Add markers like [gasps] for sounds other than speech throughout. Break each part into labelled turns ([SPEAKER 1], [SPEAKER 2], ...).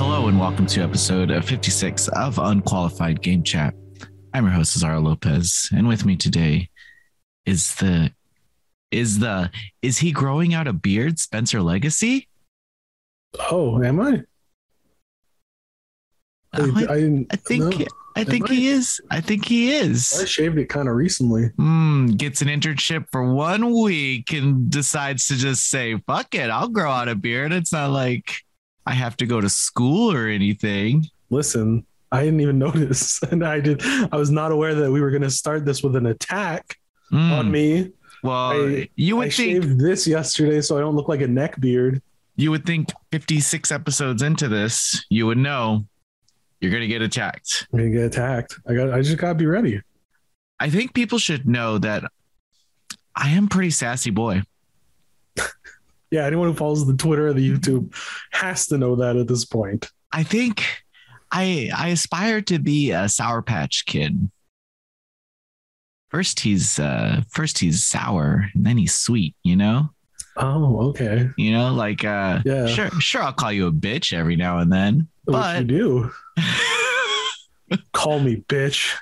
[SPEAKER 1] welcome to episode 56 of Unqualified Game Chat. I'm your host Cesaro Lopez, and with me today is the is the is he growing out a beard, Spencer Legacy?
[SPEAKER 2] Oh, am I? I,
[SPEAKER 1] Oh, I,
[SPEAKER 2] I didn't.
[SPEAKER 1] I think
[SPEAKER 2] no.
[SPEAKER 1] I think
[SPEAKER 2] I?
[SPEAKER 1] he is. I think he
[SPEAKER 2] I
[SPEAKER 1] is.
[SPEAKER 2] shaved it kind of recently.
[SPEAKER 1] Hmm, gets an internship for one week and decides to just say, "Fuck it, I'll grow out a beard." It's not like I have to go to school or anything.
[SPEAKER 2] Listen, I didn't even [laughs] notice, and I did. I was not aware that we were going to start this with an attack
[SPEAKER 1] Hmm,
[SPEAKER 2] on me.
[SPEAKER 1] Well,
[SPEAKER 2] I-
[SPEAKER 1] you would
[SPEAKER 2] I
[SPEAKER 1] think
[SPEAKER 2] shaved this yesterday, so I don't look like a neck beard.
[SPEAKER 1] you would think 56 episodes into this, you would know you're going to get attacked.
[SPEAKER 2] I'm gonna get attacked. I got. I just gotta be ready.
[SPEAKER 1] I think people should know that I am pretty sassy boy.
[SPEAKER 2] Yeah, anyone who follows the Twitter or the YouTube has to know that at this point.
[SPEAKER 1] I think I I aspire to be a sour patch kid. First he's uh first he's sour and then he's sweet, you know?
[SPEAKER 2] Oh, okay.
[SPEAKER 1] You know, like uh
[SPEAKER 2] Yeah.
[SPEAKER 1] sure sure I'll call you a bitch every now and then. [laughs]
[SPEAKER 2] What you
[SPEAKER 1] But
[SPEAKER 2] do? Call me
[SPEAKER 1] [laughs]
[SPEAKER 2] bitch.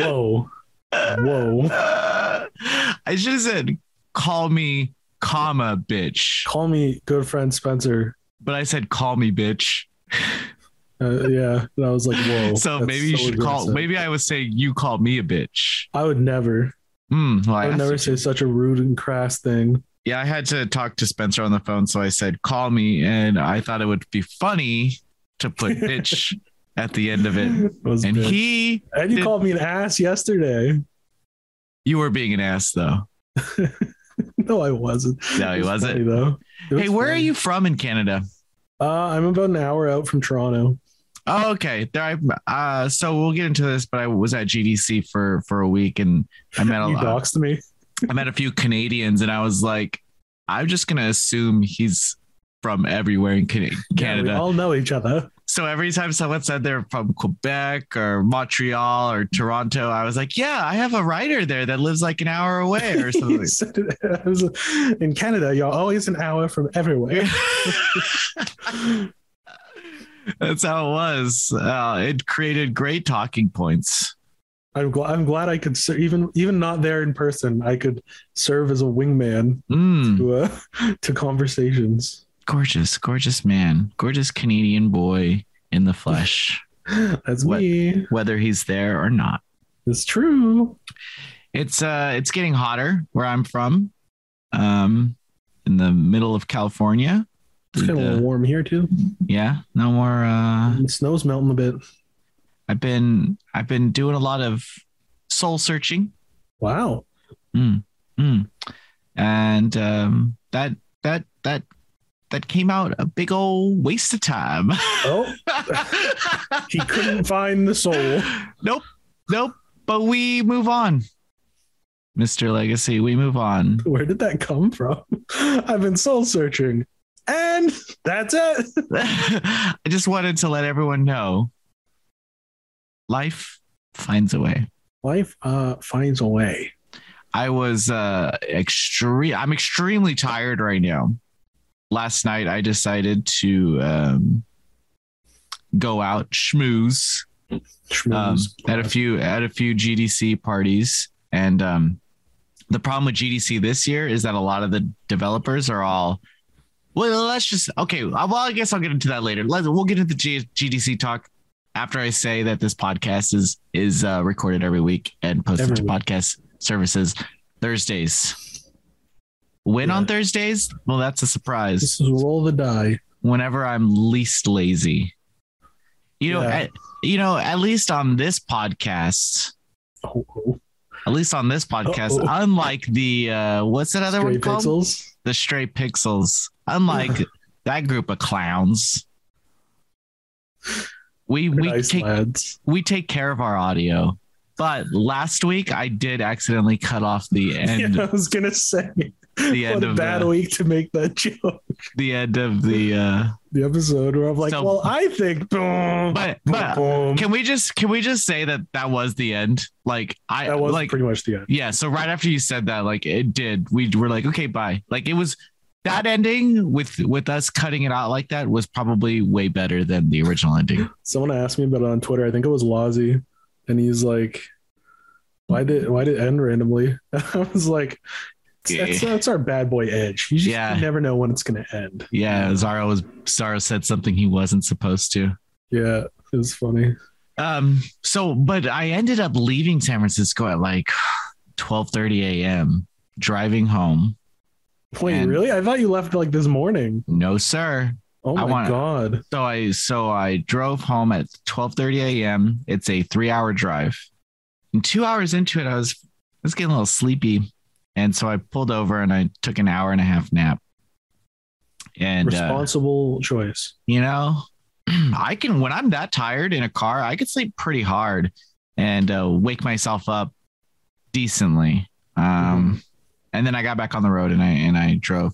[SPEAKER 2] Whoa, whoa.
[SPEAKER 1] I should have said, call me, comma, bitch.
[SPEAKER 2] Call me good friend Spencer.
[SPEAKER 1] But I said, call me, bitch.
[SPEAKER 2] Uh, yeah, and I was like, whoa.
[SPEAKER 1] So
[SPEAKER 2] that's
[SPEAKER 1] maybe you
[SPEAKER 2] so
[SPEAKER 1] should call,
[SPEAKER 2] aggressive.
[SPEAKER 1] maybe I was saying, you call me a bitch.
[SPEAKER 2] I would never.
[SPEAKER 1] Hmm. well, I
[SPEAKER 2] I would
[SPEAKER 1] asked
[SPEAKER 2] never
[SPEAKER 1] you
[SPEAKER 2] say
[SPEAKER 1] to.
[SPEAKER 2] such a rude and crass thing.
[SPEAKER 1] yeah, I had to talk to Spencer on the phone. So I said, call me. And I thought it would be funny to
[SPEAKER 2] [laughs]
[SPEAKER 1] put bitch at the end of it.
[SPEAKER 2] was
[SPEAKER 1] And
[SPEAKER 2] big.
[SPEAKER 1] he,
[SPEAKER 2] and you
[SPEAKER 1] did-
[SPEAKER 2] called me an ass yesterday. [laughs]
[SPEAKER 1] you were being an ass though.
[SPEAKER 2] No, I wasn't.
[SPEAKER 1] No, he
[SPEAKER 2] It was
[SPEAKER 1] wasn't.
[SPEAKER 2] funny, though. It was
[SPEAKER 1] Hey, where are
[SPEAKER 2] funny.
[SPEAKER 1] you from in Canada?
[SPEAKER 2] Uh, I'm about an hour out from Toronto.
[SPEAKER 1] Oh, okay. There, I, uh, so we'll get into this, but I was at GDC for for a week, and I met a
[SPEAKER 2] [laughs] You
[SPEAKER 1] lot.
[SPEAKER 2] doxed me.
[SPEAKER 1] I met a few Canadians, and I was like, I'm just gonna assume he's from everywhere in Can- Canada.
[SPEAKER 2] Yeah, we all know
[SPEAKER 1] [laughs]
[SPEAKER 2] each other.
[SPEAKER 1] so every time someone said they're from Quebec or Montreal or Toronto, I was like, Yeah, I have a writer there that lives like an hour away
[SPEAKER 2] [laughs]
[SPEAKER 1] or something. [laughs]
[SPEAKER 2] You said it as- in Canada, you're always an hour from everywhere.
[SPEAKER 1] That's how it was. Uh, it created great talking points.
[SPEAKER 2] [laughs] I'm glad. I'm glad I could ser- even even not there in person. I could serve as a wingman
[SPEAKER 1] Mm.
[SPEAKER 2] to uh, [laughs] to conversations.
[SPEAKER 1] gorgeous, gorgeous man, gorgeous Canadian boy in the flesh,
[SPEAKER 2] [laughs] That's
[SPEAKER 1] What?
[SPEAKER 2] me.
[SPEAKER 1] whether he's there or not.
[SPEAKER 2] It's true.
[SPEAKER 1] It's uh it's getting hotter where I'm from. Um in the middle of California. uh,
[SPEAKER 2] It's kind of a little warm here too.
[SPEAKER 1] yeah, no more uh
[SPEAKER 2] The snow's melting a bit.
[SPEAKER 1] I've been I've been doing a lot of soul searching.
[SPEAKER 2] Wow.
[SPEAKER 1] Mm, mm. And um that that that that came out a big old waste of time. [laughs]
[SPEAKER 2] Oh, he couldn't find the soul.
[SPEAKER 1] Nope. Nope. But we move on. Mr. Legacy, we move on.
[SPEAKER 2] Where did that come from? [laughs] I've been soul searching, and that's it.
[SPEAKER 1] I just wanted to let everyone know life finds a way.
[SPEAKER 2] Life uh, finds a way.
[SPEAKER 1] I was uh extreme I'm extremely tired right now. Last night I decided to um go out schmooze um,
[SPEAKER 2] Schmooze.
[SPEAKER 1] at a few at a few GDC parties, and um, the problem with GDC this year is that a lot of the developers are all. Well, let's just okay. Well, I guess I'll get into that later. Let, we'll get into the G- GDC talk after I say that this podcast is is uh, recorded every week and posted
[SPEAKER 2] Every
[SPEAKER 1] to
[SPEAKER 2] week.
[SPEAKER 1] podcast services Thursdays. When on
[SPEAKER 2] Yeah.
[SPEAKER 1] Thursdays? Well, that's a surprise
[SPEAKER 2] This is roll the die.
[SPEAKER 1] whenever I'm least lazy. You know,
[SPEAKER 2] Yeah.
[SPEAKER 1] at, you know, at least on this podcast,
[SPEAKER 2] Oh, oh.
[SPEAKER 1] at least on this podcast,
[SPEAKER 2] Uh-oh.
[SPEAKER 1] unlike the uh what's that other
[SPEAKER 2] Stray
[SPEAKER 1] one called?
[SPEAKER 2] pixels.
[SPEAKER 1] The Stray Pixels.
[SPEAKER 2] [laughs]
[SPEAKER 1] Unlike that group of clowns, we
[SPEAKER 2] They're
[SPEAKER 1] we
[SPEAKER 2] nice
[SPEAKER 1] take
[SPEAKER 2] lads. [laughs]
[SPEAKER 1] we take care of our audio. But last week I did accidentally cut off the end
[SPEAKER 2] [laughs] yeah, I was gonna say.
[SPEAKER 1] the end
[SPEAKER 2] what a
[SPEAKER 1] of
[SPEAKER 2] bad
[SPEAKER 1] the,
[SPEAKER 2] week to make that [laughs] joke.
[SPEAKER 1] the end of the uh
[SPEAKER 2] The episode where I'm like,
[SPEAKER 1] So-
[SPEAKER 2] well, I think.
[SPEAKER 1] but
[SPEAKER 2] Boom,
[SPEAKER 1] but
[SPEAKER 2] boom.
[SPEAKER 1] Can we just can we just say that that was the end? Like I
[SPEAKER 2] that was
[SPEAKER 1] like
[SPEAKER 2] pretty much the end.
[SPEAKER 1] yeah. So right after you said that, like it did. We were like, okay, bye. Like it was. that ending with with us cutting it out like that was probably way better than the original
[SPEAKER 2] [gasps]
[SPEAKER 1] ending.
[SPEAKER 2] Someone asked me about it on Twitter. I think it was Lazy, and he's like, "Why did why did it end randomly?" [laughs] I was like, "That's, that's our bad boy edge. You just
[SPEAKER 1] Yeah.
[SPEAKER 2] you never know when it's gonna end."
[SPEAKER 1] Yeah, Zaro was Zaro said something he wasn't supposed to.
[SPEAKER 2] Yeah, it was funny.
[SPEAKER 1] Um, so but I ended up leaving San Francisco at like [sighs] 12:30 a.m. driving home.
[SPEAKER 2] Wait,
[SPEAKER 1] And-
[SPEAKER 2] really? I thought you left like this morning.
[SPEAKER 1] No, sir.
[SPEAKER 2] Oh
[SPEAKER 1] I
[SPEAKER 2] my
[SPEAKER 1] wanna-
[SPEAKER 2] god.
[SPEAKER 1] So I so I drove home at 12:30 a.m. It's a 3-hour drive. And 2 hours into it I was I was getting a little sleepy and so I pulled over and I took an hour and a half nap. And uh,
[SPEAKER 2] Responsible choice.
[SPEAKER 1] you know, [clears throat] I can when I'm that tired in a car, I could sleep pretty hard and uh, wake myself up decently. Um and then I got back on the road and I and I drove.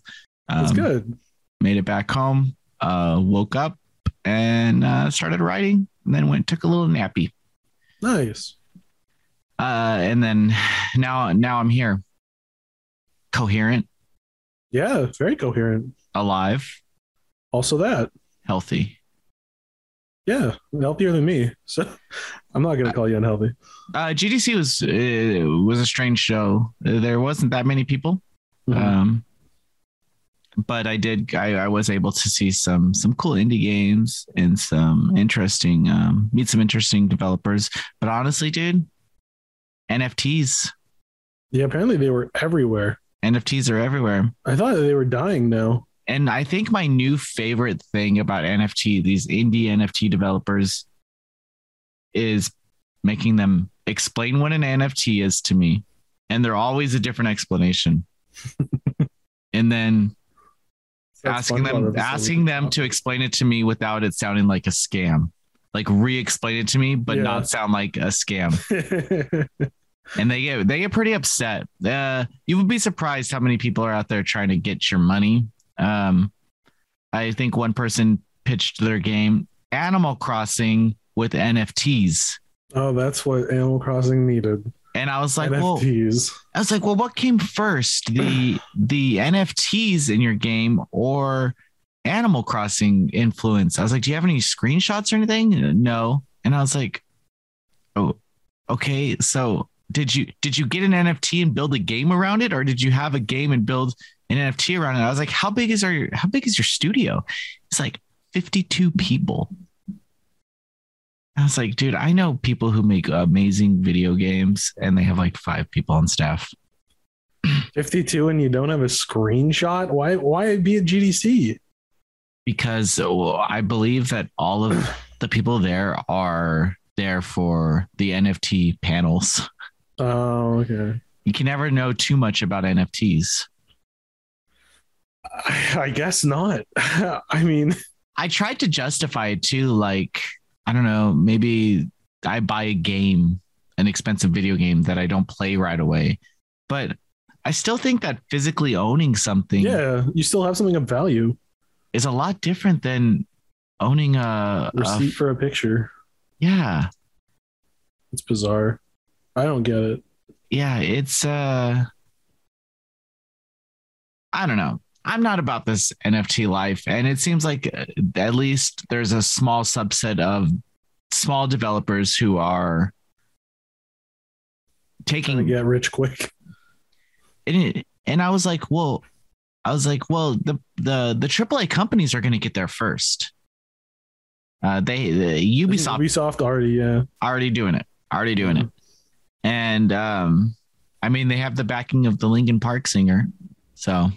[SPEAKER 1] Um,
[SPEAKER 2] That's good.
[SPEAKER 1] made it back home, uh, woke up and uh, started writing, and then went took a little nappy,
[SPEAKER 2] Nice.
[SPEAKER 1] uh, and then now now I'm here, coherent,
[SPEAKER 2] Yeah, very coherent.
[SPEAKER 1] alive,
[SPEAKER 2] Also that.
[SPEAKER 1] healthy.
[SPEAKER 2] Yeah, healthier than me. [laughs] So I'm not gonna call you unhealthy.
[SPEAKER 1] Uh, GDC was uh, was a strange show. There wasn't that many people,
[SPEAKER 2] Mm-hmm.
[SPEAKER 1] um, but I did I, I was able to see some some cool indie games and some interesting um, meet some interesting developers. But honestly, dude, NFTs
[SPEAKER 2] yeah, apparently they were everywhere.
[SPEAKER 1] NFTs are everywhere.
[SPEAKER 2] I thought they were dying now.
[SPEAKER 1] And I think my new favorite thing about NFT, these indie NFT developers, is making them explain what an NFT is to me. And they're always a different explanation. and then asking them asking them to explain it to me without it sounding like a scam. Like re-explain it to me, but
[SPEAKER 2] Yeah.
[SPEAKER 1] not sound like a scam.
[SPEAKER 2] to
[SPEAKER 1] and they get they get pretty upset. Uh, you would be surprised how many people are out there trying to get your money. Um, I think one person pitched their game Animal Crossing with NFTs,
[SPEAKER 2] [laughs] Oh, that's what Animal Crossing needed.
[SPEAKER 1] and I was like, well,
[SPEAKER 2] NFTs.
[SPEAKER 1] I was like, well, what came first, the the NFTs in your game or Animal Crossing influence? I was like, do you have any screenshots or anything? No, and I was like, oh, okay. So did you did you get an NFT and build a game around it, or did you have a game and build an NFT around it? I was like, how big is our how big is your studio? It's like fifty two people. I was like, dude, I know people who make amazing video games and they have like five people on staff.
[SPEAKER 2] 52 and you don't have a screenshot? Why why be at GDC?
[SPEAKER 1] because oh, I believe that all of the people there are there for the NFT panels.
[SPEAKER 2] Oh, okay.
[SPEAKER 1] You can never know too much about NFTs.
[SPEAKER 2] I, I guess not. [laughs] I mean,
[SPEAKER 1] I tried to justify it too, like, I don't know, maybe I buy a game, an expensive video game that I don't play right away. But I still think that physically owning something
[SPEAKER 2] yeah, you still have something of value.
[SPEAKER 1] is a lot different than owning a, a-
[SPEAKER 2] Receipt for a picture.
[SPEAKER 1] yeah.
[SPEAKER 2] It's bizarre. I don't get it.
[SPEAKER 1] yeah, it's uh I don't know. I'm not about this NFT life and it seems like uh, at least there's a small subset of small developers who are
[SPEAKER 2] Trying to
[SPEAKER 1] taking
[SPEAKER 2] get rich quick.
[SPEAKER 1] and, it- and I was like, "Well, I was like, well, the the the AAA companies are going to get there first. Uh they the Ubisoft
[SPEAKER 2] Ubisoft already, yeah.
[SPEAKER 1] already doing it already doing it and um i mean they have the backing of the linkin park singer so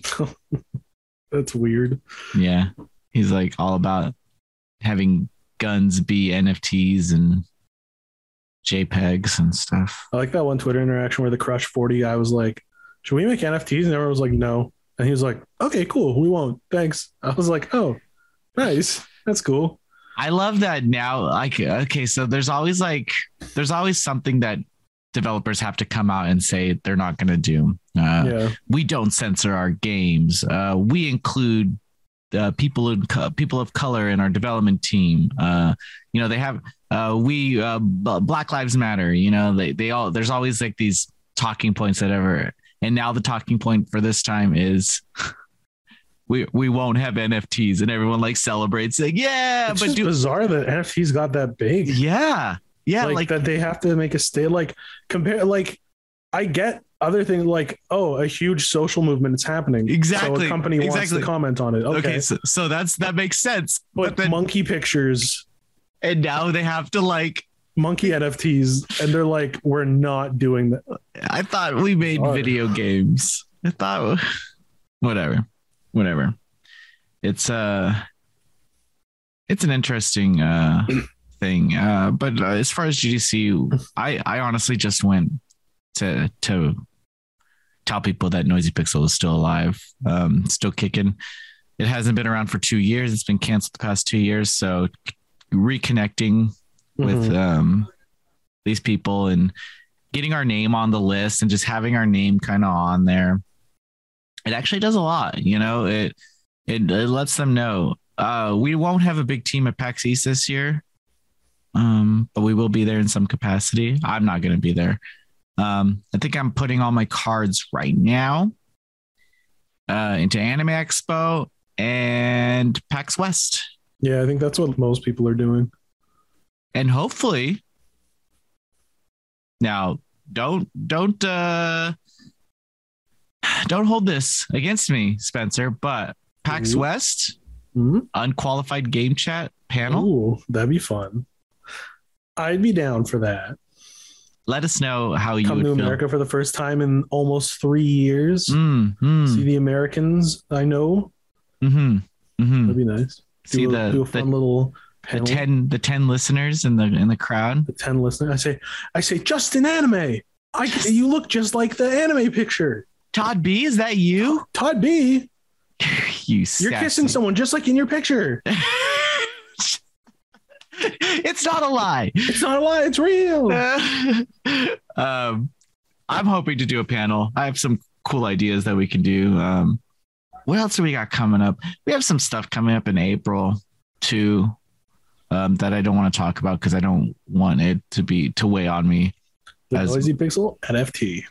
[SPEAKER 2] That's weird.
[SPEAKER 1] yeah he's like all about having guns be nfts and jpegs and stuff
[SPEAKER 2] I like that one Twitter interaction where the Crush 40 guy was like, Should we make NFTs? And everyone was like, No. And he was like, Okay, cool. We won't. Thanks. I was like, Oh, nice. That's cool.
[SPEAKER 1] i love that now like okay so there's always like there's always something that developers have to come out and say they're not going to do uh,
[SPEAKER 2] yeah.
[SPEAKER 1] we don't censor our games. Uh, we include uh, people in co- people of color in our development team. Uh, you know, they have uh, we uh, B- Black Lives Matter. You know, they they all there's always like these talking points that ever. And now the talking point for this time is [laughs] we we won't have NFTs, and everyone like celebrates like yeah,
[SPEAKER 2] it's
[SPEAKER 1] but
[SPEAKER 2] just
[SPEAKER 1] do
[SPEAKER 2] bizarre that NFTs got that
[SPEAKER 1] [laughs]
[SPEAKER 2] big.
[SPEAKER 1] yeah yeah
[SPEAKER 2] like,
[SPEAKER 1] like,
[SPEAKER 2] that they have to make a stay like compare like I get other things like oh a huge social movement is happening so
[SPEAKER 1] Exactly,
[SPEAKER 2] a company wants
[SPEAKER 1] exactly.
[SPEAKER 2] to comment on it okay,
[SPEAKER 1] okay, so, so that's that makes sense.
[SPEAKER 2] but
[SPEAKER 1] But then
[SPEAKER 2] monkey pictures
[SPEAKER 1] and now they have to like
[SPEAKER 2] monkey NFTs and they're like we're not doing that
[SPEAKER 1] I thought we made
[SPEAKER 2] Sorry.
[SPEAKER 1] video games. I thought whatever. Whatever. It's uh it's an interesting uh [clears throat] thing. Uh but uh, as far as GDC, I I honestly just went to to tell people that Noisy Pixel is still alive, um still kicking. It hasn't been around for 2 years. It's been canceled the past 2 years, so reconnecting with
[SPEAKER 2] Mhm.
[SPEAKER 1] um these people and getting our name on the list and just having our name kind of on there it actually does a lot you know it it, it lets them know uh we won't have a big team at pax east this year um but we will be there in some capacity i'm not going to be there um i think i'm putting all my cards right now uh into anime expo and pax west
[SPEAKER 2] yeah I think that's what most people are doing
[SPEAKER 1] and hopefully now don't don't uh [sighs] don't hold this against me spencer but pax
[SPEAKER 2] Ooh.
[SPEAKER 1] west
[SPEAKER 2] Mhm.
[SPEAKER 1] unqualified game chat panel
[SPEAKER 2] Ooh, that'd be fun I'd be down for that
[SPEAKER 1] let us know how you
[SPEAKER 2] come to
[SPEAKER 1] would feel
[SPEAKER 2] America for the first time in almost three years
[SPEAKER 1] Mm, mm,
[SPEAKER 2] see the Americans I know
[SPEAKER 1] mhm, mhm.
[SPEAKER 2] that'd be nice do
[SPEAKER 1] see
[SPEAKER 2] a, do
[SPEAKER 1] the,
[SPEAKER 2] a fun
[SPEAKER 1] the,
[SPEAKER 2] little
[SPEAKER 1] the
[SPEAKER 2] panel.
[SPEAKER 1] 10 the 10 listeners in the in the crowd
[SPEAKER 2] the 10 listeners i say i say just in anime i you look just like the anime picture
[SPEAKER 1] todd b is that you [laughs]
[SPEAKER 2] todd b
[SPEAKER 1] you
[SPEAKER 2] you're kissing someone just like in your picture
[SPEAKER 1] [laughs] it's not a lie
[SPEAKER 2] it's not a lie it's
[SPEAKER 1] [laughs]
[SPEAKER 2] real
[SPEAKER 1] um, I'm hoping to do a panel. I have some cool ideas that we can do. Um, what else do we got coming up? We have some stuff coming up in April too um, that I don't want to talk about because I don't want it to be to weigh on me.
[SPEAKER 2] the
[SPEAKER 1] As-
[SPEAKER 2] noisy pixel nft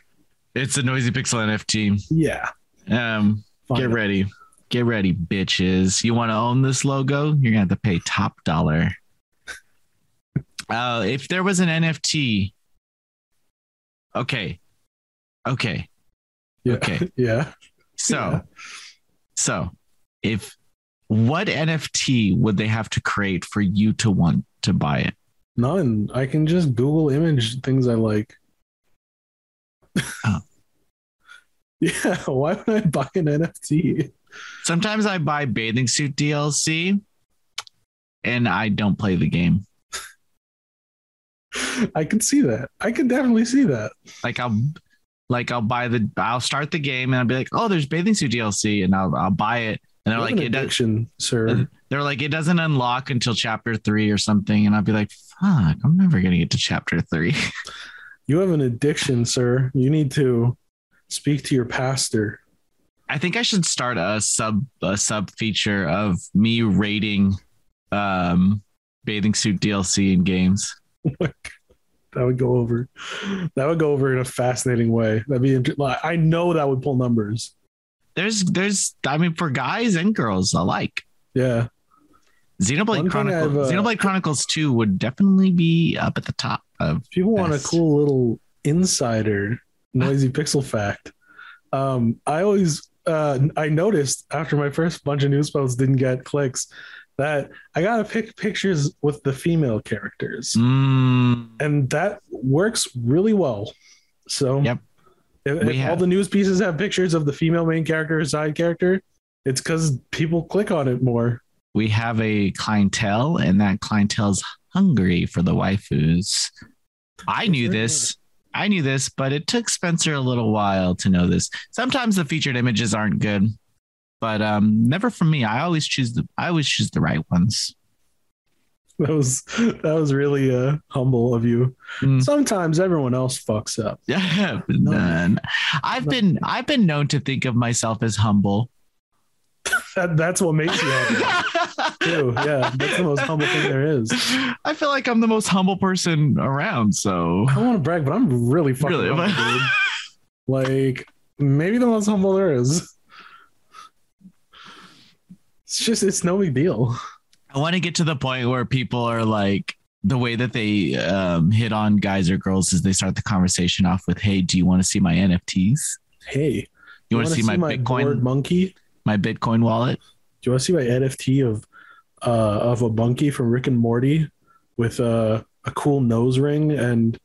[SPEAKER 1] It's a noisy pixel NFT.
[SPEAKER 2] yeah
[SPEAKER 1] Um,
[SPEAKER 2] fine.
[SPEAKER 1] get ready, get ready, bitches. You want to own this logo? You're gonna have to pay top dollar. Uh, if there was an NFT, okay, okay,
[SPEAKER 2] yeah. [laughs]
[SPEAKER 1] okay.
[SPEAKER 2] yeah
[SPEAKER 1] So,
[SPEAKER 2] Yeah.
[SPEAKER 1] so if what NFT would they have to create for you to want to buy it?
[SPEAKER 2] none i can just google image things i like
[SPEAKER 1] Oh.
[SPEAKER 2] [laughs] yeah why would i buy an nft
[SPEAKER 1] Sometimes I buy bathing suit DLC and I don't play the game.
[SPEAKER 2] i can see that i can definitely see that
[SPEAKER 1] Like I'll like I'll buy the I'll start the game and I'll be like, "Oh, there's bathing suit DLC." And I'll I'll buy it and they're
[SPEAKER 2] What
[SPEAKER 1] like Uh-huh.
[SPEAKER 2] an
[SPEAKER 1] it does,
[SPEAKER 2] addiction sir
[SPEAKER 1] they're like it doesn't unlock until chapter 3 or something and I'll be like, "Fuck, I'm never going to get to chapter 3."
[SPEAKER 2] You have an addiction, sir. You need to speak to your pastor.
[SPEAKER 1] [laughs] I think I should start a sub a sub feature of me rating um bathing suit DLC in games.
[SPEAKER 2] That would go over. That would go over in a fascinating way. That'd be. Inter- like, I know that would pull numbers.
[SPEAKER 1] There's there's I mean for guys and girls alike.
[SPEAKER 2] Yeah, One
[SPEAKER 1] Xenoblade
[SPEAKER 2] thing
[SPEAKER 1] Chronicles
[SPEAKER 2] I've, uh,
[SPEAKER 1] Xenoblade Chronicles 2 would definitely be up at the top of
[SPEAKER 2] if people want a
[SPEAKER 1] Yes.
[SPEAKER 2] cool little insider noisy pixel fact, um, I always uh, I noticed after my first bunch of news posts didn't get clicks that I gotta pick pictures with the female characters.
[SPEAKER 1] Mm,
[SPEAKER 2] and that works really well. So,
[SPEAKER 1] Yep.
[SPEAKER 2] if,
[SPEAKER 1] We
[SPEAKER 2] if all
[SPEAKER 1] have-
[SPEAKER 2] the news pieces have pictures of the female main character or side character, it's because people click on it more. [laughs]
[SPEAKER 1] we have a clientele and that clientele's hungry for the waifus. I knew
[SPEAKER 2] sure
[SPEAKER 1] this. I knew this, but it took Spencer a little while to know this. Sometimes the featured images aren't good, but um, never for me. I always choose the I always choose the right ones. [laughs]
[SPEAKER 2] That was that was really uh, humble of you.
[SPEAKER 1] Mm.
[SPEAKER 2] Sometimes everyone else fucks up.
[SPEAKER 1] Yeah, none. I've been I've been known to think of myself as humble. [laughs]
[SPEAKER 2] That, that's what makes you humble. Too. Yeah, that's the most humble thing there is.
[SPEAKER 1] I feel like I'm the most humble person around. So
[SPEAKER 2] I don't want to brag, but I'm really fucking
[SPEAKER 1] Really?
[SPEAKER 2] humble, dude. Like maybe the most humble there is. It's just it's no big deal.
[SPEAKER 1] I want to get to the point where people are like, the way that they um, hit on guys or girls is they start the conversation off with, "Hey, do you want to see my NFTs?
[SPEAKER 2] Hey,
[SPEAKER 1] You, want to see, my,
[SPEAKER 2] bored
[SPEAKER 1] Bitcoin,
[SPEAKER 2] monkey?
[SPEAKER 1] my Bitcoin wallet?"
[SPEAKER 2] Do you want to see my NFT of uh, of a monkey from Rick and Morty with uh, a cool nose ring and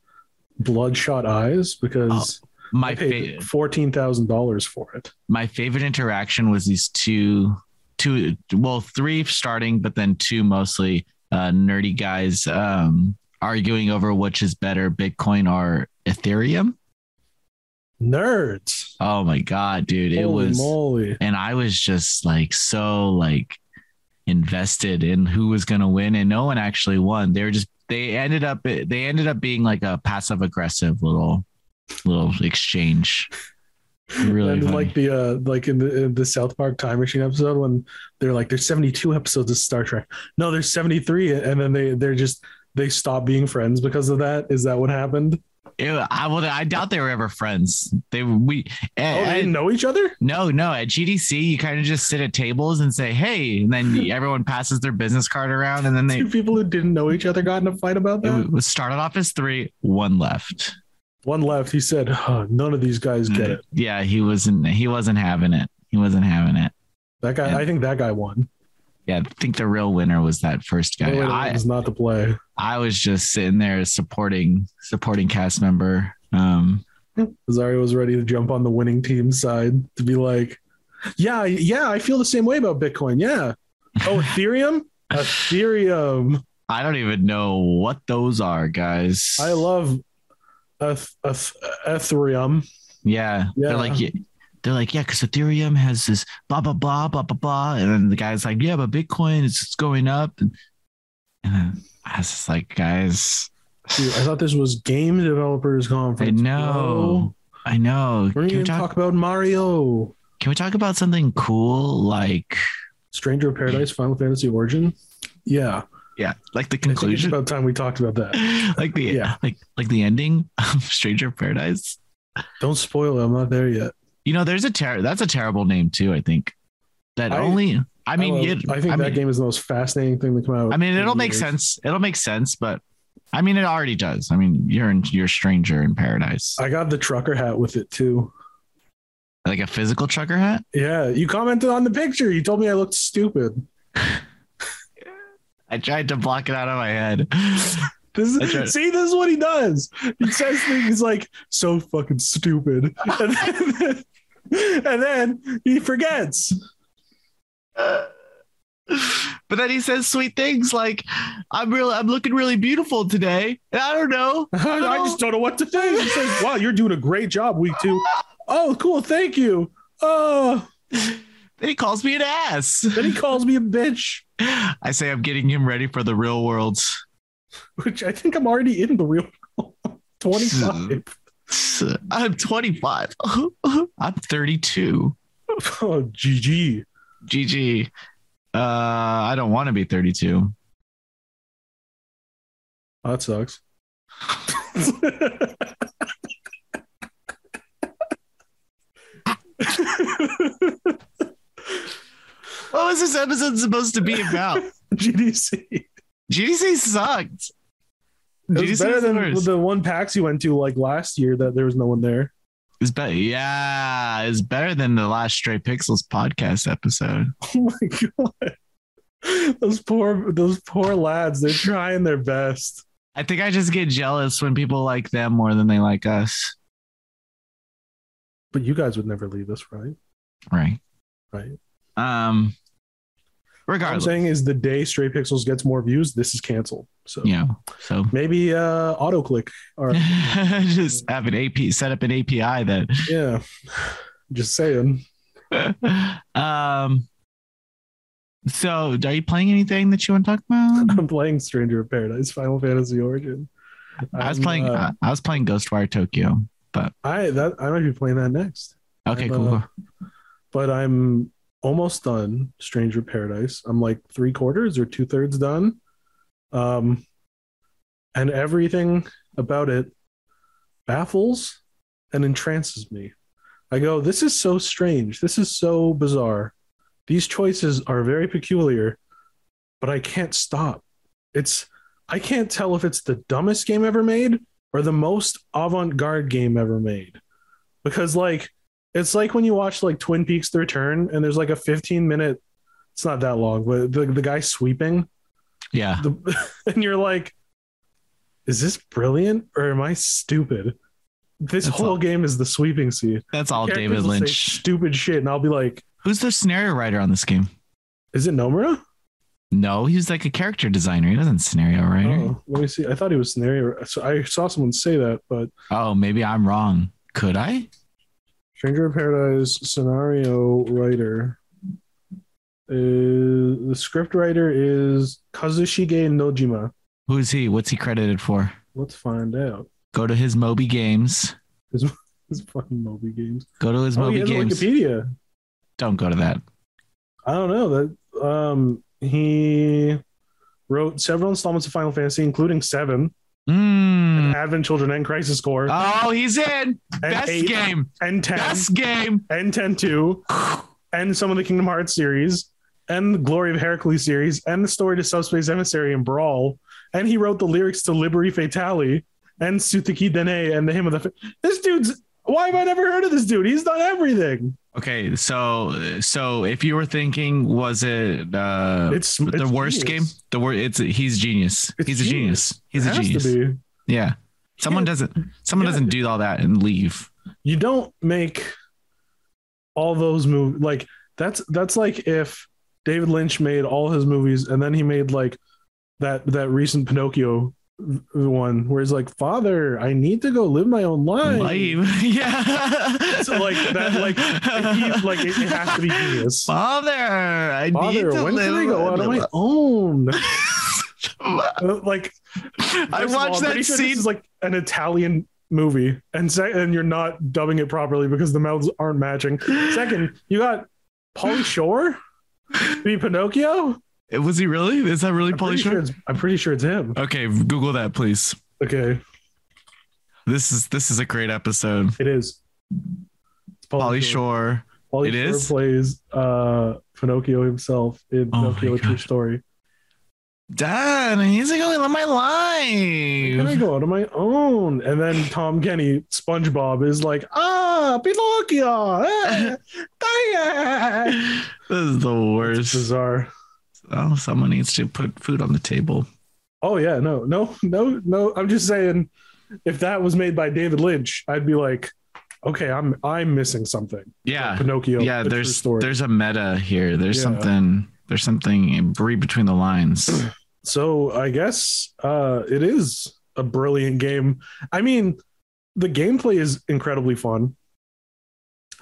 [SPEAKER 2] bloodshot eyes?
[SPEAKER 1] Oh,
[SPEAKER 2] Because I
[SPEAKER 1] My
[SPEAKER 2] paid
[SPEAKER 1] fa-
[SPEAKER 2] fourteen thousand dollars for it.
[SPEAKER 1] my favorite interaction was these two, two, well, three starting, but then two mostly uh, nerdy guys um, arguing over which is better, Bitcoin or Ethereum.
[SPEAKER 2] Nerds!
[SPEAKER 1] Oh my god, dude! It
[SPEAKER 2] Holy
[SPEAKER 1] was.
[SPEAKER 2] moly!
[SPEAKER 1] and I was just like so like invested in who was going to win and no one actually won. They were just they ended up they ended up being like a passive aggressive little little
[SPEAKER 2] [laughs]
[SPEAKER 1] exchange. Really
[SPEAKER 2] and
[SPEAKER 1] funny.
[SPEAKER 2] like the uh, like in the, in the South Park Time Machine episode when they're like, "There's 72 episodes of Star Trek." No, there's 73, and then they they're just they stop being friends because of that. Is that what happened?
[SPEAKER 1] It- I well I doubt they were ever friends. They we
[SPEAKER 2] oh, they
[SPEAKER 1] eh, eh,
[SPEAKER 2] didn't know each other.
[SPEAKER 1] no no at GDC you kind of just sit at tables and say hey and then everyone passes their business card around and then they
[SPEAKER 2] Two people who didn't know each other got in a fight about that.
[SPEAKER 1] it was started off as three one left.
[SPEAKER 2] One left. He said, "Huh, "None of these guys get it."
[SPEAKER 1] Mm-hmm. Yeah, he wasn't he wasn't having it. He wasn't having it.
[SPEAKER 2] That guy.
[SPEAKER 1] Yeah.
[SPEAKER 2] I think that guy won.
[SPEAKER 1] Yeah, I think the real winner was that first guy.
[SPEAKER 2] No, wait,
[SPEAKER 1] I,
[SPEAKER 2] it's not the play.
[SPEAKER 1] I was just sitting there supporting supporting cast member. Um,
[SPEAKER 2] Azario was ready to jump on the winning team side to be like, "Yeah, yeah, I feel the same way about Bitcoin. Yeah.
[SPEAKER 1] [laughs]
[SPEAKER 2] Oh, Ethereum. Ethereum.
[SPEAKER 1] I don't even know what those are, guys.
[SPEAKER 2] I love eth- eth- Ethereum.
[SPEAKER 1] Yeah,
[SPEAKER 2] Yeah.
[SPEAKER 1] they're like yeah, they're like yeah, because Ethereum has this blah blah blah blah blah blah, and then the guy's like yeah, but Bitcoin is it's going up, and, and then I was just like guys,
[SPEAKER 2] Dude, I thought this was game developers
[SPEAKER 1] I
[SPEAKER 2] conference.
[SPEAKER 1] know, I know.
[SPEAKER 2] bro. We're
[SPEAKER 1] Can
[SPEAKER 2] gonna
[SPEAKER 1] we talk?
[SPEAKER 2] talk about Mario,
[SPEAKER 1] Can we talk about something cool like?
[SPEAKER 2] Stranger of Paradise, Final Fantasy Origin. Yeah,
[SPEAKER 1] Yeah, like the
[SPEAKER 2] I think it's
[SPEAKER 1] conclusion.
[SPEAKER 2] about time we talked about that.
[SPEAKER 1] [laughs] like the
[SPEAKER 2] Yeah.
[SPEAKER 1] like like the ending of [laughs] Stranger of Paradise.
[SPEAKER 2] Don't spoil it. I'm not there yet.
[SPEAKER 1] You know, there's a ter- that's a terrible name too. I think that
[SPEAKER 2] I-
[SPEAKER 1] only. I mean,
[SPEAKER 2] love-
[SPEAKER 1] it-
[SPEAKER 2] I think
[SPEAKER 1] I
[SPEAKER 2] that
[SPEAKER 1] mean,
[SPEAKER 2] game is the most fascinating thing to come out.
[SPEAKER 1] I mean,
[SPEAKER 2] in
[SPEAKER 1] it'll make
[SPEAKER 2] years.
[SPEAKER 1] sense. It'll make sense, but I mean, it already does. I mean, you're in you're a stranger in paradise,
[SPEAKER 2] I got the trucker hat with it too.
[SPEAKER 1] like a physical trucker hat.
[SPEAKER 2] Yeah, you commented on the picture. You told me I looked stupid.
[SPEAKER 1] I tried to block it out of my head. [laughs]
[SPEAKER 2] This
[SPEAKER 1] I tried-
[SPEAKER 2] is, see, this is what he does. He says things like "so fucking stupid," [laughs] and then, and then he forgets. [laughs]
[SPEAKER 1] But then he says sweet things like, "I'm real. I'm looking really beautiful today." And I don't know.
[SPEAKER 2] I just don't know what to think. He says, "Wow, you're doing a great job, week two. Oh, cool, thank you. Oh,
[SPEAKER 1] Then he calls me an ass.
[SPEAKER 2] then he calls me a bitch,
[SPEAKER 1] I say I'm getting him ready for the real world.
[SPEAKER 2] which I think I'm already in the real world. [laughs] 25.
[SPEAKER 1] I'm 25. [laughs] I'm 32. Hmm.
[SPEAKER 2] Oh, GG.
[SPEAKER 1] GG. Uh, I don't want to be 32.
[SPEAKER 2] That sucks. [laughs]
[SPEAKER 1] What was this episode supposed to be
[SPEAKER 2] [laughs]
[SPEAKER 1] about?
[SPEAKER 2] GDC.
[SPEAKER 1] GDC sucked.
[SPEAKER 2] It was
[SPEAKER 1] GDC
[SPEAKER 2] better
[SPEAKER 1] was the
[SPEAKER 2] than
[SPEAKER 1] worst.
[SPEAKER 2] the one PAX you went to like last year that there was no one there. [laughs]
[SPEAKER 1] It's better. Yeah, it's better than the last Stray Pixels podcast episode.
[SPEAKER 2] Oh my god. Those poor those poor lads, they're trying their best.
[SPEAKER 1] I think I just get jealous when people like them more than they like us.
[SPEAKER 2] But you guys would never leave us, right?
[SPEAKER 1] Right.
[SPEAKER 2] Right.
[SPEAKER 1] Um.
[SPEAKER 2] What I'm
[SPEAKER 1] Regardless.
[SPEAKER 2] saying is the day Stray Pixels gets more views, this is canceled. So
[SPEAKER 1] Yeah. So
[SPEAKER 2] maybe uh autoclick
[SPEAKER 1] [laughs]
[SPEAKER 2] or
[SPEAKER 1] just have an AP set up an API
[SPEAKER 2] [laughs] yeah. Just saying. [laughs]
[SPEAKER 1] that. [laughs] um. So, are you playing anything that you want to talk about?
[SPEAKER 2] I'm playing Stranger of Paradise, Final Fantasy Origin.
[SPEAKER 1] I was
[SPEAKER 2] I'm,
[SPEAKER 1] playing.
[SPEAKER 2] uh,
[SPEAKER 1] I was playing Ghostwire Tokyo.
[SPEAKER 2] I that I might be playing that next.
[SPEAKER 1] Okay,
[SPEAKER 2] I've,
[SPEAKER 1] cool.
[SPEAKER 2] uh,
[SPEAKER 1] cool.
[SPEAKER 2] But I'm almost done Stranger of Paradise. I'm like three quarters or two thirds done. Um and everything about it baffles and entrances me. I go, this is so strange. This is so bizarre. These choices are very peculiar, but I can't stop. It's I can't tell if it's the dumbest game ever made or the most avant-garde game ever made. Because like it's like when you watch like Twin Peaks The Return and there's like a 15 minute it's not that long, but the, the guy sweeping
[SPEAKER 1] Yeah.
[SPEAKER 2] the, [laughs] and you're like, is this brilliant or am I stupid? This
[SPEAKER 1] That's
[SPEAKER 2] whole
[SPEAKER 1] all-
[SPEAKER 2] game is the sweeping scene.
[SPEAKER 1] That's all
[SPEAKER 2] Characters
[SPEAKER 1] David
[SPEAKER 2] will say
[SPEAKER 1] Lynch.
[SPEAKER 2] stupid shit, and I'll be like,
[SPEAKER 1] Who's the scenario writer on this game?
[SPEAKER 2] is it Nomura?
[SPEAKER 1] No, he's like a character designer. He wasn't scenario writer.
[SPEAKER 2] Oh, let me see. I thought he was scenario. So I saw someone say that, but
[SPEAKER 1] Oh, maybe I'm wrong. Could I?
[SPEAKER 2] Stranger of Paradise scenario writer is the script writer is Kazushige Nojima.
[SPEAKER 1] Who is he? What's he credited for?
[SPEAKER 2] Let's find out.
[SPEAKER 1] Go to his Moby Games.
[SPEAKER 2] His fucking Moby games.
[SPEAKER 1] Go to his
[SPEAKER 2] Oh,
[SPEAKER 1] Moby
[SPEAKER 2] he has a
[SPEAKER 1] Games.
[SPEAKER 2] Wikipedia.
[SPEAKER 1] Don't go to that.
[SPEAKER 2] I don't know that um he wrote several installments of Final Fantasy, including seven,
[SPEAKER 1] Mm.
[SPEAKER 2] Advent Children and Crisis Core,
[SPEAKER 1] Oh, he's in.
[SPEAKER 2] and
[SPEAKER 1] Best
[SPEAKER 2] eight,
[SPEAKER 1] game.
[SPEAKER 2] and ten,
[SPEAKER 1] Best game. [sighs]
[SPEAKER 2] and ten two, and some of the Kingdom Hearts series, and the Glory of Heracles series, and the story to Subspace Emissary and Brawl, and he wrote the lyrics to Liberi Fatali and Sutaki Dene and the Hymn of the. Fa- this dude's. Why have I never heard of this dude? He's done everything.
[SPEAKER 1] Okay, so so if you were thinking, was it uh,
[SPEAKER 2] It's
[SPEAKER 1] the
[SPEAKER 2] it's
[SPEAKER 1] worst
[SPEAKER 2] genius.
[SPEAKER 1] game? The worst. It's he's genius.
[SPEAKER 2] It's
[SPEAKER 1] he's a genius. He's
[SPEAKER 2] It
[SPEAKER 1] a
[SPEAKER 2] has to
[SPEAKER 1] genius.
[SPEAKER 2] be.
[SPEAKER 1] Yeah. Someone doesn't. Someone
[SPEAKER 2] yeah.
[SPEAKER 1] doesn't do all that and leave.
[SPEAKER 2] you don't make all those movies like that's that's like if David Lynch made all his movies and then he made like that that recent Pinocchio v- one where he's like, "Father, I need to go live my own life."
[SPEAKER 1] Leave. [laughs] Yeah.
[SPEAKER 2] So like that, like he, like it, it has to be
[SPEAKER 1] [laughs]
[SPEAKER 2] genius.
[SPEAKER 1] Father, I need
[SPEAKER 2] Father,
[SPEAKER 1] to
[SPEAKER 2] when can I
[SPEAKER 1] live.
[SPEAKER 2] go out on
[SPEAKER 1] [laughs]
[SPEAKER 2] my own? Uh, like
[SPEAKER 1] I
[SPEAKER 2] first of all, I'm
[SPEAKER 1] watched
[SPEAKER 2] pretty
[SPEAKER 1] that
[SPEAKER 2] sure
[SPEAKER 1] scene.
[SPEAKER 2] This is like an Italian movie, and se- and you're not dubbing it properly because the mouths aren't matching. Second, you got Polly Shore to be Pinocchio.
[SPEAKER 1] Was he really? Is that really
[SPEAKER 2] I'm
[SPEAKER 1] Polly
[SPEAKER 2] pretty, sure
[SPEAKER 1] Shore?
[SPEAKER 2] it's, I'm pretty sure it's him.
[SPEAKER 1] Okay, Google that, please.
[SPEAKER 2] Okay,
[SPEAKER 1] This is this is a great episode.
[SPEAKER 2] it is. It's
[SPEAKER 1] Polly Shore.
[SPEAKER 2] Pauly
[SPEAKER 1] It
[SPEAKER 2] Shore
[SPEAKER 1] is?
[SPEAKER 2] plays uh, Pinocchio himself in
[SPEAKER 1] Oh my
[SPEAKER 2] Pinocchio: A True
[SPEAKER 1] God.
[SPEAKER 2] Story.
[SPEAKER 1] Dad, I need to go live "Oh, my
[SPEAKER 2] Can
[SPEAKER 1] [laughs]
[SPEAKER 2] I
[SPEAKER 1] life.
[SPEAKER 2] go out on my own? And then Tom Kenny, SpongeBob, is like, ah, Pinocchio.
[SPEAKER 1] [laughs]
[SPEAKER 2] eh, die."
[SPEAKER 1] Oh, This is the
[SPEAKER 2] It's
[SPEAKER 1] worst.
[SPEAKER 2] bizarre.
[SPEAKER 1] Oh, someone needs to put food on the table.
[SPEAKER 2] Oh yeah, no, no, no, no. I'm just saying, if that was made by David Lynch, I'd be like, okay, I'm I'm missing something.
[SPEAKER 1] Yeah.
[SPEAKER 2] Pinocchio.
[SPEAKER 1] yeah
[SPEAKER 2] a true
[SPEAKER 1] there's
[SPEAKER 2] story.
[SPEAKER 1] there's a meta here there's
[SPEAKER 2] Yeah.
[SPEAKER 1] something there's something read between the
[SPEAKER 2] [clears throat]
[SPEAKER 1] lines
[SPEAKER 2] so I guess uh, it is a brilliant game. I mean, the gameplay is incredibly fun.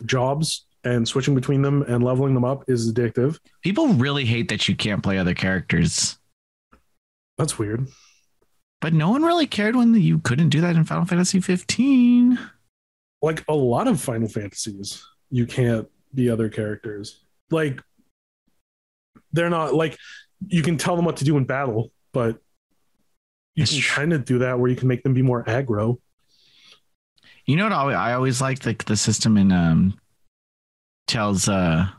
[SPEAKER 2] Jobs and switching between them and leveling them up is addictive.
[SPEAKER 1] people really hate that you can't play other characters
[SPEAKER 2] That's weird.
[SPEAKER 1] but no one really cared when you couldn't do that in final fantasy 15
[SPEAKER 2] like a lot of Final Fantasies, you can't be other characters. Like they're not like you can tell them what to do in battle, but you
[SPEAKER 1] It's
[SPEAKER 2] can
[SPEAKER 1] true.
[SPEAKER 2] kind of do that where you can make them be more aggro.
[SPEAKER 1] you know what i, I always like the, the system in um tells uh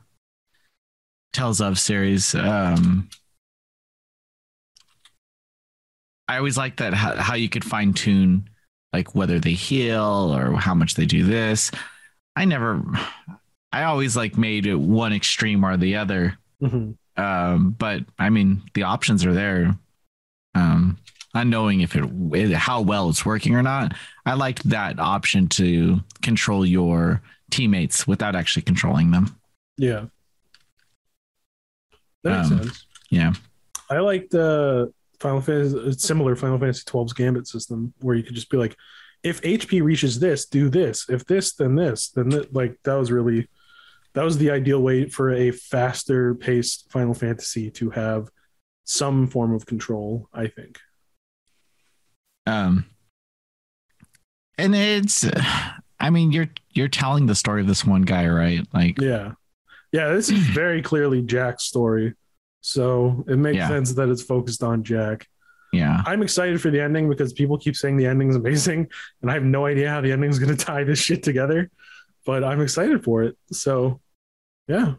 [SPEAKER 1] tells of series um i always like that how, how you could fine tune like whether they heal or how much they do this i never i always like made it one extreme or the other um but i mean the options are there um not knowing if it how well it's working or not i liked that option to control your teammates without actually controlling them
[SPEAKER 2] Yeah. That makes
[SPEAKER 1] Um,
[SPEAKER 2] sense.
[SPEAKER 1] yeah.
[SPEAKER 2] I liked uh Final Fantasy it's similar Final Fantasy 12's gambit system where you could just be like, if HP reaches this, do this. If this, then this, then that like that was really that was the ideal way for a faster paced Final Fantasy to have some form of control, I think.
[SPEAKER 1] um and it's i mean you're you're telling the story of this one guy right like
[SPEAKER 2] Yeah. Yeah, this is very clearly Jack's story. So it makes
[SPEAKER 1] Yeah.
[SPEAKER 2] sense that it's focused on Jack.
[SPEAKER 1] yeah
[SPEAKER 2] I'm excited for the ending because people keep saying the ending's amazing, and I have no idea how the ending's going to tie this shit together. But I'm excited for it. So, yeah,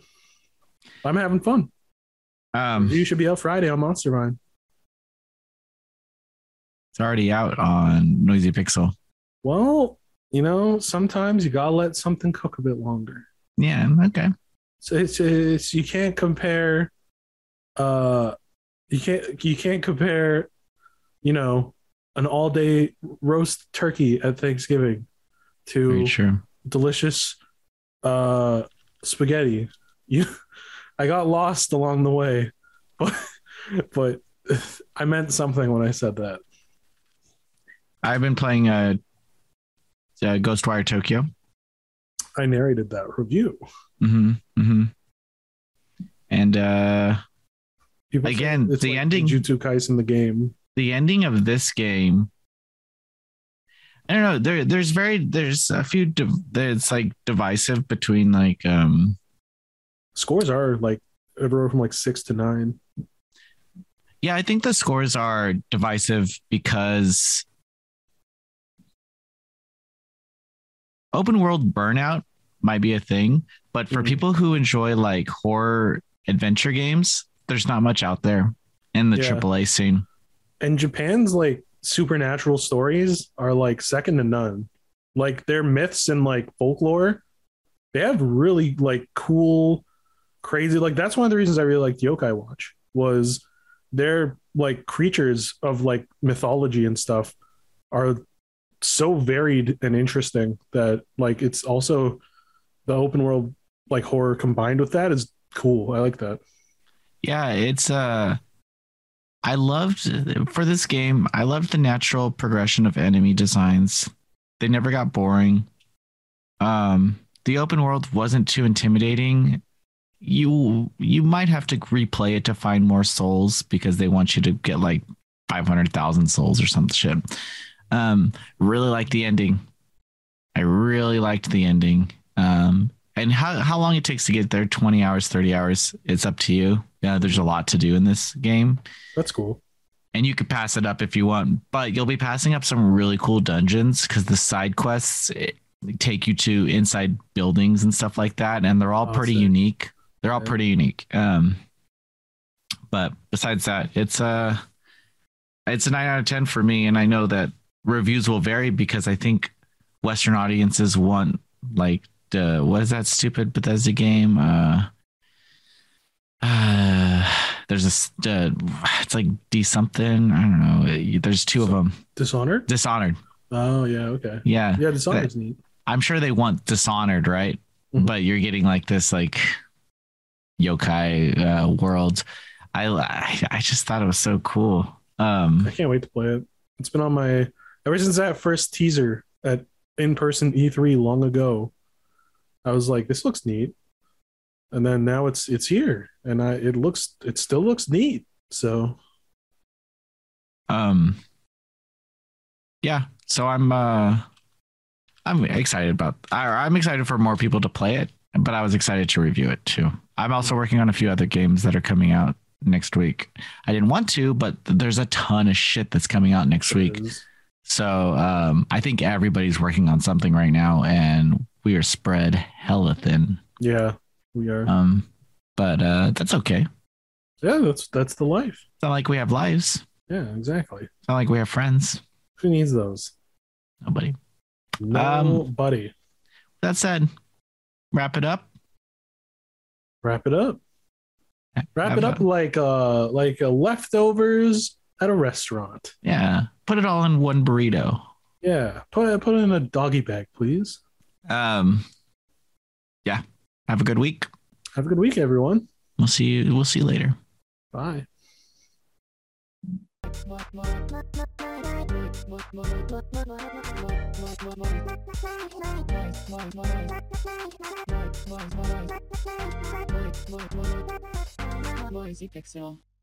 [SPEAKER 2] I'm having fun.
[SPEAKER 1] Um,
[SPEAKER 2] You should be out Friday on Monster Mine.
[SPEAKER 1] it's already out on Noisy Pixel.
[SPEAKER 2] Well, you know, sometimes you gotta let something cook a bit longer.
[SPEAKER 1] Yeah. Okay.
[SPEAKER 2] So it's, it's you can't compare. Uh, you can't you can't compare, you know, an all day roast turkey at Thanksgiving
[SPEAKER 1] Very
[SPEAKER 2] to
[SPEAKER 1] true.
[SPEAKER 2] delicious uh spaghetti. You, I got lost along the way, [laughs] but but I meant something when I said that.
[SPEAKER 1] I've been playing uh, uh Ghostwire Tokyo.
[SPEAKER 2] I narrated that review.
[SPEAKER 1] Mm-hmm. Mm-hmm. And uh
[SPEAKER 2] People say
[SPEAKER 1] Again,
[SPEAKER 2] it's
[SPEAKER 1] the
[SPEAKER 2] like
[SPEAKER 1] ending-
[SPEAKER 2] Jujutsu Kaisen the game.
[SPEAKER 1] the ending of this game i don't know there there's very there's a few div- it's like divisive between like um
[SPEAKER 2] Scores are like everywhere from like six to nine.
[SPEAKER 1] yeah i think the scores are divisive because open world burnout might be a thing but for
[SPEAKER 2] Mhm.
[SPEAKER 1] people who enjoy like horror adventure games there's not much out there in the
[SPEAKER 2] Yeah.
[SPEAKER 1] aaa scene
[SPEAKER 2] And Japan's like supernatural stories are like second to none. Like their myths and like folklore, they have really like cool, crazy. Like that's one of the reasons I really liked Yokai Watch was their like creatures of like mythology and stuff are so varied and interesting that like it's also the open world like horror combined with that is cool. I like that.
[SPEAKER 1] Yeah, it's uh I loved for this game, I loved the natural progression of enemy designs. They never got boring. Um the open world wasn't too intimidating. You you might have to replay it to find more souls because they want you to get like 500,000 souls or some shit. Um really like the ending. I really liked the ending. Um, and how, how long it takes to get there 20 hours, 30 hours, it's up to you. Yeah, there's a lot to do in this game,
[SPEAKER 2] That's cool.
[SPEAKER 1] and you could pass it up if you want, but you'll be passing up some really cool dungeons because the side quests eh, take you to inside buildings and stuff like that, and they're all
[SPEAKER 2] Oh,
[SPEAKER 1] pretty
[SPEAKER 2] sick.
[SPEAKER 1] unique. They're all
[SPEAKER 2] Yeah.
[SPEAKER 1] pretty unique. Um, but besides that, it's a it's a nine out of ten for me, and I know that reviews will vary because I think Western audiences want like uh, what is that stupid Bethesda game? Uh, [sighs] uh, there's a s- uh, it's like D something. I don't know. It- There's two of them.
[SPEAKER 2] Dishonored?
[SPEAKER 1] Dishonored.
[SPEAKER 2] Oh yeah, okay.
[SPEAKER 1] Yeah,
[SPEAKER 2] Yeah, Dishonored's neat.
[SPEAKER 1] I'm sure they want Dishonored, right?
[SPEAKER 2] Mhm.
[SPEAKER 1] But you're getting like this like yokai uh, world. I I- I just thought it was so cool. Um,
[SPEAKER 2] I can't wait to play it. It's been on my ever since that first teaser at in person E3 long ago. I was like, this looks neat, and then now it's it's here, and I it looks it still looks neat. So
[SPEAKER 1] um yeah so i'm uh i'm excited about I, i'm excited for more people to play it but i was excited to review it too i'm also working on a few other games that are coming out next week i didn't want to but th- there's a ton of shit that's coming out next week so um i think everybody's working on something right now and we are spread hella thin
[SPEAKER 2] yeah, we are.
[SPEAKER 1] um but uh that's okay it's
[SPEAKER 2] yeah, that's that's the life.
[SPEAKER 1] not like we have lives it's
[SPEAKER 2] Yeah, exactly.
[SPEAKER 1] not like we have friends
[SPEAKER 2] Who needs those?
[SPEAKER 1] nobody Um,
[SPEAKER 2] Nobody.
[SPEAKER 1] that said, wrap it up.
[SPEAKER 2] wrap it up. Wrap
[SPEAKER 1] Have
[SPEAKER 2] it up
[SPEAKER 1] a-
[SPEAKER 2] like uh like a leftovers at a restaurant.
[SPEAKER 1] yeah. Put it all in one burrito.
[SPEAKER 2] Yeah, put it put it in a doggy bag, please.
[SPEAKER 1] Um, yeah. Have a good week.
[SPEAKER 2] Have a good week, everyone.
[SPEAKER 1] We'll see you. We'll see you later.
[SPEAKER 2] Bye.
[SPEAKER 3] Noisy Pixel.